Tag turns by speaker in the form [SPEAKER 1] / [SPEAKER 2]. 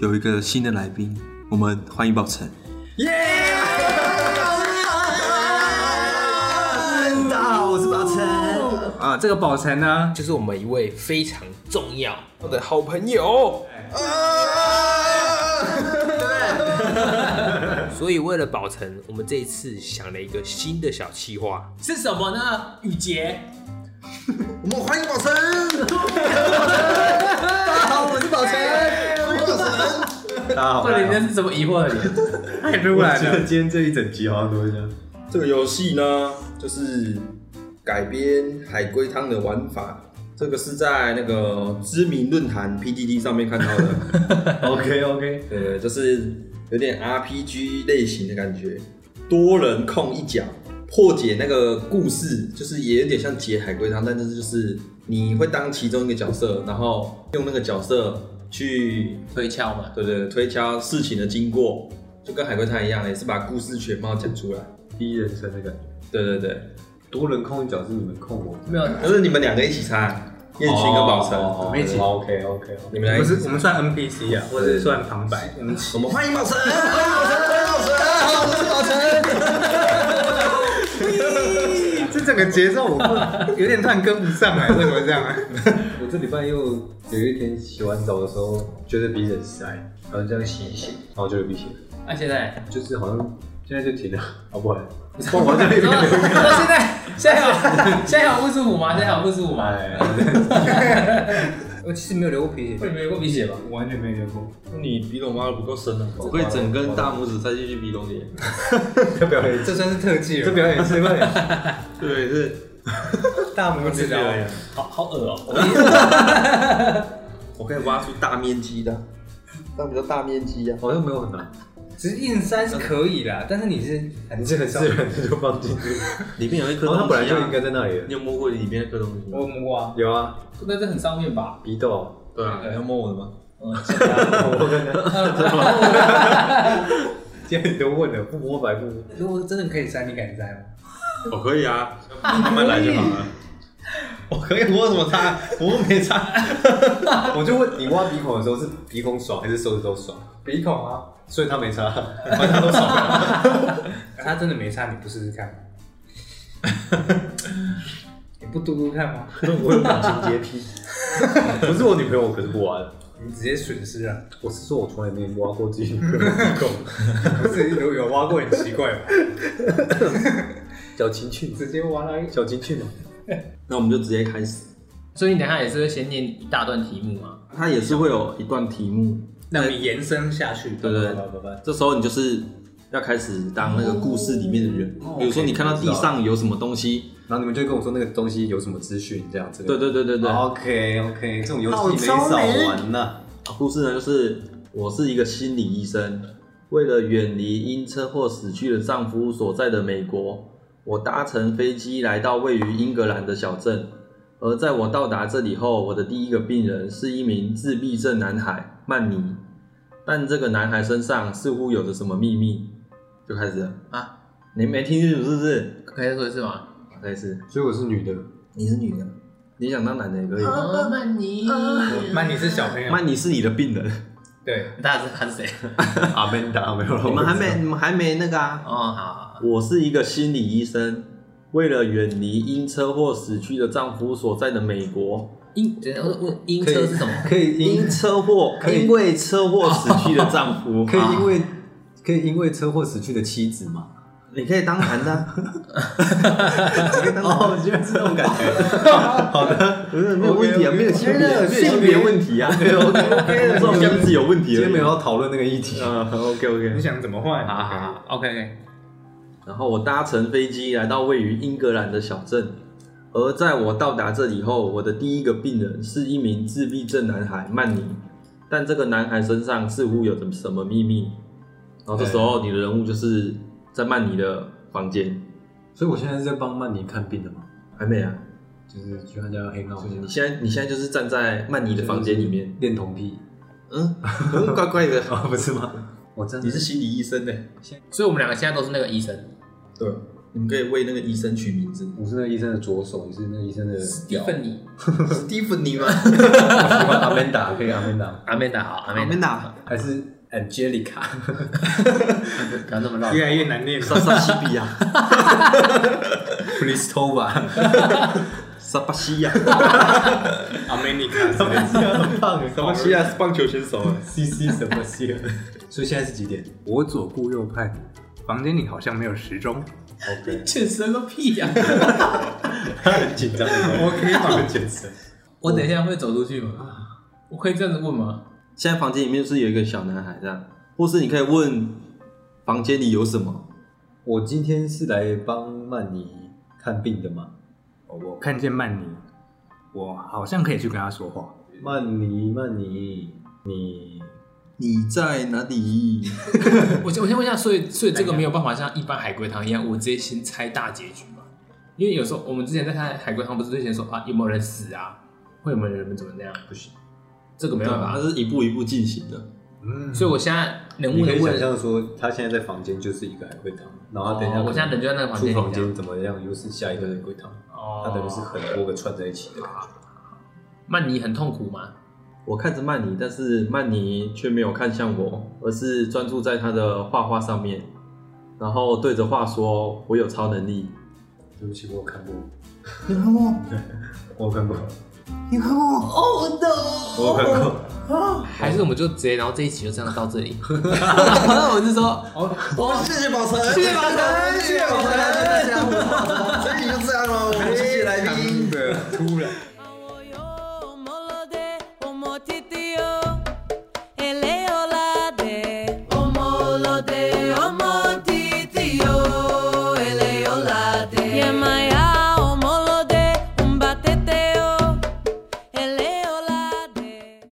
[SPEAKER 1] 有一个新的来宾，我们欢迎宝成。
[SPEAKER 2] 耶！大家好，我是宝成。啊，这个宝成呢，
[SPEAKER 3] 就是我们一位非常重要的好朋友。啊所以为了宝成，我们这一次想了一个新的小企划。
[SPEAKER 2] 是什么呢？雨杰。
[SPEAKER 4] 我们欢迎宝神，大家好，我是宝神，我是宝神。
[SPEAKER 1] 大家好
[SPEAKER 2] 到底那是什么疑惑的脸？太突然了。
[SPEAKER 1] 今天这一整集好像都是这样。
[SPEAKER 4] 这个游戏呢，就是改编海龟汤的玩法。这个是在那个知名论坛 PDD 上面看到 的，哦
[SPEAKER 1] OK OK，
[SPEAKER 4] 呃，就是有点 RPG 类型的感觉，多人控一角，破解那个故事，就是也有点像解海龟汤，但是就是你会当其中一个角色，然后用那个角色去
[SPEAKER 2] 推敲嘛。
[SPEAKER 4] 对对，推敲事情的经过，就跟海龟汤一样，也是把故事全貌讲出来。
[SPEAKER 1] 第一人称的感觉，
[SPEAKER 4] 对对对，
[SPEAKER 1] 多人控一脚是你们控我，
[SPEAKER 2] 没有，
[SPEAKER 4] 可是你们两个一起猜，燕群跟宝成，
[SPEAKER 1] 我哦们一起。OK OK，
[SPEAKER 4] 你们两个一起
[SPEAKER 3] 我们算 NPC 啊，或者是算旁白，我们
[SPEAKER 4] 我们欢迎宝成。
[SPEAKER 3] 这整个节奏我不有点突然跟不上 来，为什么这样啊？
[SPEAKER 1] 我这礼拜又有一天洗完澡的时候，觉得鼻子很塞，然后这样洗一洗，然后就有鼻血，
[SPEAKER 2] 那啊现在，
[SPEAKER 1] 就是好像现在就停了，好哦不好？
[SPEAKER 2] 你说你说哦现在现在有现在有不舒服吗？现在有不舒服吗？
[SPEAKER 1] 哎，
[SPEAKER 3] 我其实没有流过鼻
[SPEAKER 2] 会
[SPEAKER 3] 血，
[SPEAKER 2] 没有过鼻血吧？
[SPEAKER 1] 我完全没流过，
[SPEAKER 4] 你鼻孔挖的不够深啊，我可以整根大拇指塞进去鼻孔里。
[SPEAKER 1] 这表演，
[SPEAKER 3] 这算是特技
[SPEAKER 1] 这
[SPEAKER 3] 了。
[SPEAKER 1] 表演是快点。
[SPEAKER 4] 对，是。
[SPEAKER 3] 大拇指啊，
[SPEAKER 2] 好好恶哦。
[SPEAKER 4] 我可以挖出大面积的，这样比较大面积啊。
[SPEAKER 1] 好像没有很难，
[SPEAKER 3] 只是硬塞是可以啦，但是你是
[SPEAKER 1] 你这很自然的 就放进去，
[SPEAKER 4] 里面有一颗
[SPEAKER 1] 然后它
[SPEAKER 4] 东
[SPEAKER 1] 本来
[SPEAKER 4] 西
[SPEAKER 1] 就应
[SPEAKER 4] 啊，哦
[SPEAKER 1] 该在那里了。
[SPEAKER 4] 你有摸过里面那颗东西吗？
[SPEAKER 2] 我摸过啊，
[SPEAKER 1] 有啊，
[SPEAKER 2] 那这很上面吧？
[SPEAKER 1] 鼻窦，
[SPEAKER 4] 对啊，你要摸我的吗？
[SPEAKER 2] 嗯， 现在啊
[SPEAKER 1] 今天你都问了，不摸白不摸。
[SPEAKER 3] 如果真的可以塞，你敢塞吗？
[SPEAKER 4] 我可以啊，慢慢来就好了。我可以，我有什么差？我没差。
[SPEAKER 1] 我就问你挖鼻孔的时候是鼻孔爽还是手指头爽？
[SPEAKER 3] 鼻孔啊，
[SPEAKER 1] 所以他没 差，反哦正他都爽了。
[SPEAKER 3] 他真的没差，你不试试看吗？ 你不嘟嘟看吗？
[SPEAKER 1] 我有感情洁癖，不是我女朋友，我可是不挖的。
[SPEAKER 3] 你直接损失了。
[SPEAKER 1] 我是说我从来没挖过自己女朋友的 鼻孔，
[SPEAKER 3] 不是有有挖过很奇怪吗？
[SPEAKER 1] 小情趣，
[SPEAKER 3] 直接挖到一
[SPEAKER 1] 小情趣嘛。
[SPEAKER 4] 那我们就直接开始。
[SPEAKER 2] 所以你等一下也是会先念一大段题目吗？
[SPEAKER 4] 它也是会有一段题目，
[SPEAKER 3] 让你延伸下去。
[SPEAKER 4] 对不对？
[SPEAKER 1] 拜拜拜。
[SPEAKER 4] 这时候你就是要开始当那个故事里面的人，比如说你看到地上有什么东西，
[SPEAKER 1] 然后你们就跟我说那个东西有什么资讯这样子。
[SPEAKER 4] 对对对对对。
[SPEAKER 1] 哦 OK OK，这种游戏没少玩呐。
[SPEAKER 4] 故事呢就是我是一个心理医生，为了远离因车祸死去的丈夫所在的美国，我搭乘飞机来到位于英格兰的小镇。而在我到达这里后，我的第一个病人是一名自闭症男孩曼尼，但这个男孩身上似乎有着什么秘密，就开始了
[SPEAKER 2] 啊，
[SPEAKER 4] 你没听清楚是不是？
[SPEAKER 2] 可以再说一次吗？
[SPEAKER 4] 再一次，
[SPEAKER 1] 所以我是女的，
[SPEAKER 4] 你是女的，你想当男的也可以。
[SPEAKER 2] 哦曼尼，
[SPEAKER 3] 曼尼是小朋友，
[SPEAKER 4] 曼尼是你的病 人，
[SPEAKER 3] 对，
[SPEAKER 2] 哦大家知道他是谁？
[SPEAKER 1] 阿曼达没有了。
[SPEAKER 4] 你们还没，你们还没那个啊。
[SPEAKER 2] 哦，好，
[SPEAKER 4] 我是一个心理医生，为了远离因车祸死去的丈夫所在的美国，
[SPEAKER 2] 英，等一下我问英车是什么？
[SPEAKER 1] 可以因
[SPEAKER 4] 因车 祸
[SPEAKER 1] 可以
[SPEAKER 4] 因为车祸死去的丈 夫，
[SPEAKER 1] 可以因
[SPEAKER 4] 啊
[SPEAKER 1] 为可以因为车祸死去的妻子吗？
[SPEAKER 4] 你可以当男的 啊，你可以当男的，
[SPEAKER 1] 居然是这种感觉。
[SPEAKER 4] 不是没有问题啊，
[SPEAKER 1] OK，OK，
[SPEAKER 4] 没有性
[SPEAKER 3] 我觉
[SPEAKER 4] 别，
[SPEAKER 3] 得
[SPEAKER 4] 没有性别问题啊，没有
[SPEAKER 3] OK，OK，OK
[SPEAKER 4] 这种名字有问题
[SPEAKER 1] 今
[SPEAKER 4] 而
[SPEAKER 1] 天没有
[SPEAKER 4] 已。
[SPEAKER 1] 要讨论那个议题。
[SPEAKER 4] 嗯，OK
[SPEAKER 3] 你
[SPEAKER 4] OK。
[SPEAKER 3] 想怎么换？
[SPEAKER 2] 好好好，OK，
[SPEAKER 4] 然后我搭乘飞机来到位于英格兰的小镇，而在我到达这里后，我的第一个病人是一名自闭症男孩曼尼，但这个男孩身上似乎有着什么秘密。然后这时候你的人物就是在曼尼的房间，
[SPEAKER 1] 所以我现在是在帮曼妮看病的嘛，
[SPEAKER 4] 还没啊？
[SPEAKER 1] 就是去他家黑闹
[SPEAKER 4] 哦你现在你现在就是站在曼尼的房间里面，
[SPEAKER 1] 恋童癖。
[SPEAKER 4] 嗯，嗯 怪怪的
[SPEAKER 1] 哦啊，不是吗？我真的。
[SPEAKER 4] 你是心理医生呢、
[SPEAKER 2] 所以我们两个现在都是那个医生。
[SPEAKER 4] 对，你们可以为那个医生取名字
[SPEAKER 1] 我是那个医生的左手，你是那个医生的。喜
[SPEAKER 2] 蒂芬妮，
[SPEAKER 4] 史蒂芬妮吗？
[SPEAKER 1] 欢阿曼达，可以阿曼达，
[SPEAKER 2] 阿美达好，阿
[SPEAKER 3] 阿
[SPEAKER 2] 美
[SPEAKER 3] 曼
[SPEAKER 2] 达，
[SPEAKER 3] 达
[SPEAKER 1] 还是 Angelica？
[SPEAKER 2] 不要那么乱。
[SPEAKER 3] 越来越难念了。
[SPEAKER 4] 莎莎西比亚，
[SPEAKER 1] 普利斯托吧，
[SPEAKER 4] 莎巴西亚，
[SPEAKER 3] 阿美尼卡之类的，
[SPEAKER 1] 很棒，
[SPEAKER 4] 莎巴西亚是棒球选手哎。
[SPEAKER 1] C C 什么 C？所以现在是几点？
[SPEAKER 3] 我左顾右盼，房间里好像没有时钟。
[SPEAKER 2] 健身个屁啊 呀！
[SPEAKER 1] 他很紧张，我可以马上健身。
[SPEAKER 2] 我等一下会走出去吗？我可以这样子问吗？
[SPEAKER 4] 现在房间里面是有一个小男孩这样，或是你可以问房间里有什么。
[SPEAKER 1] 我今天是来帮曼妮看病的嘛。哦
[SPEAKER 3] 我看见曼妮，我好像可以去跟她说话。
[SPEAKER 1] 曼妮，曼妮，你
[SPEAKER 4] 你在哪里？
[SPEAKER 2] 我先我先问一下，所以所以这个没有办法像一般海龟汤一样，我直接先猜大结局嘛？因为有时候我们之前在看海龟汤，不是之前说啊有没有人死啊，会有没有人怎么那样？不行，这个没啊
[SPEAKER 4] 没有
[SPEAKER 2] 办
[SPEAKER 4] 吧，它
[SPEAKER 2] 法。
[SPEAKER 4] 是一步一步进行的。
[SPEAKER 3] 嗯，
[SPEAKER 2] 所以我现在能
[SPEAKER 1] 你
[SPEAKER 2] 问
[SPEAKER 1] 可
[SPEAKER 2] 的
[SPEAKER 1] 以想
[SPEAKER 2] 问，
[SPEAKER 1] 象说，他现在在房间就是一个海龟汤，然后他等一下可
[SPEAKER 2] 哦
[SPEAKER 1] 能，
[SPEAKER 2] 我现在人就在那个房间
[SPEAKER 1] 出
[SPEAKER 2] 里
[SPEAKER 1] 房
[SPEAKER 2] 这
[SPEAKER 1] 间
[SPEAKER 2] 样
[SPEAKER 1] 怎么样，又是下一个海龟汤，
[SPEAKER 2] 哦
[SPEAKER 1] 它等于是很多个串在一起的感觉。
[SPEAKER 2] 曼妮很痛苦嘛？
[SPEAKER 4] 我看着曼妮，但是曼妮却没有看向我，而是专注在她的画画上面，然后对着画说：“我有超能力。
[SPEAKER 1] 对不起，我有看过，
[SPEAKER 3] 你看 我，
[SPEAKER 1] 我有看过，
[SPEAKER 3] 你看我，
[SPEAKER 1] 我有看过。
[SPEAKER 2] 还是我们就直接，然后这一集就这样到这里。 我是说，
[SPEAKER 3] 哦，谢谢宝成，谢谢宝成，谢谢宝成，大家好，所以就这样了，我们谢谢哎来宾的突然。
[SPEAKER 5] Aoyo, molode, omotitio, eleolade. Omolode, omotitio, eleolade. Yema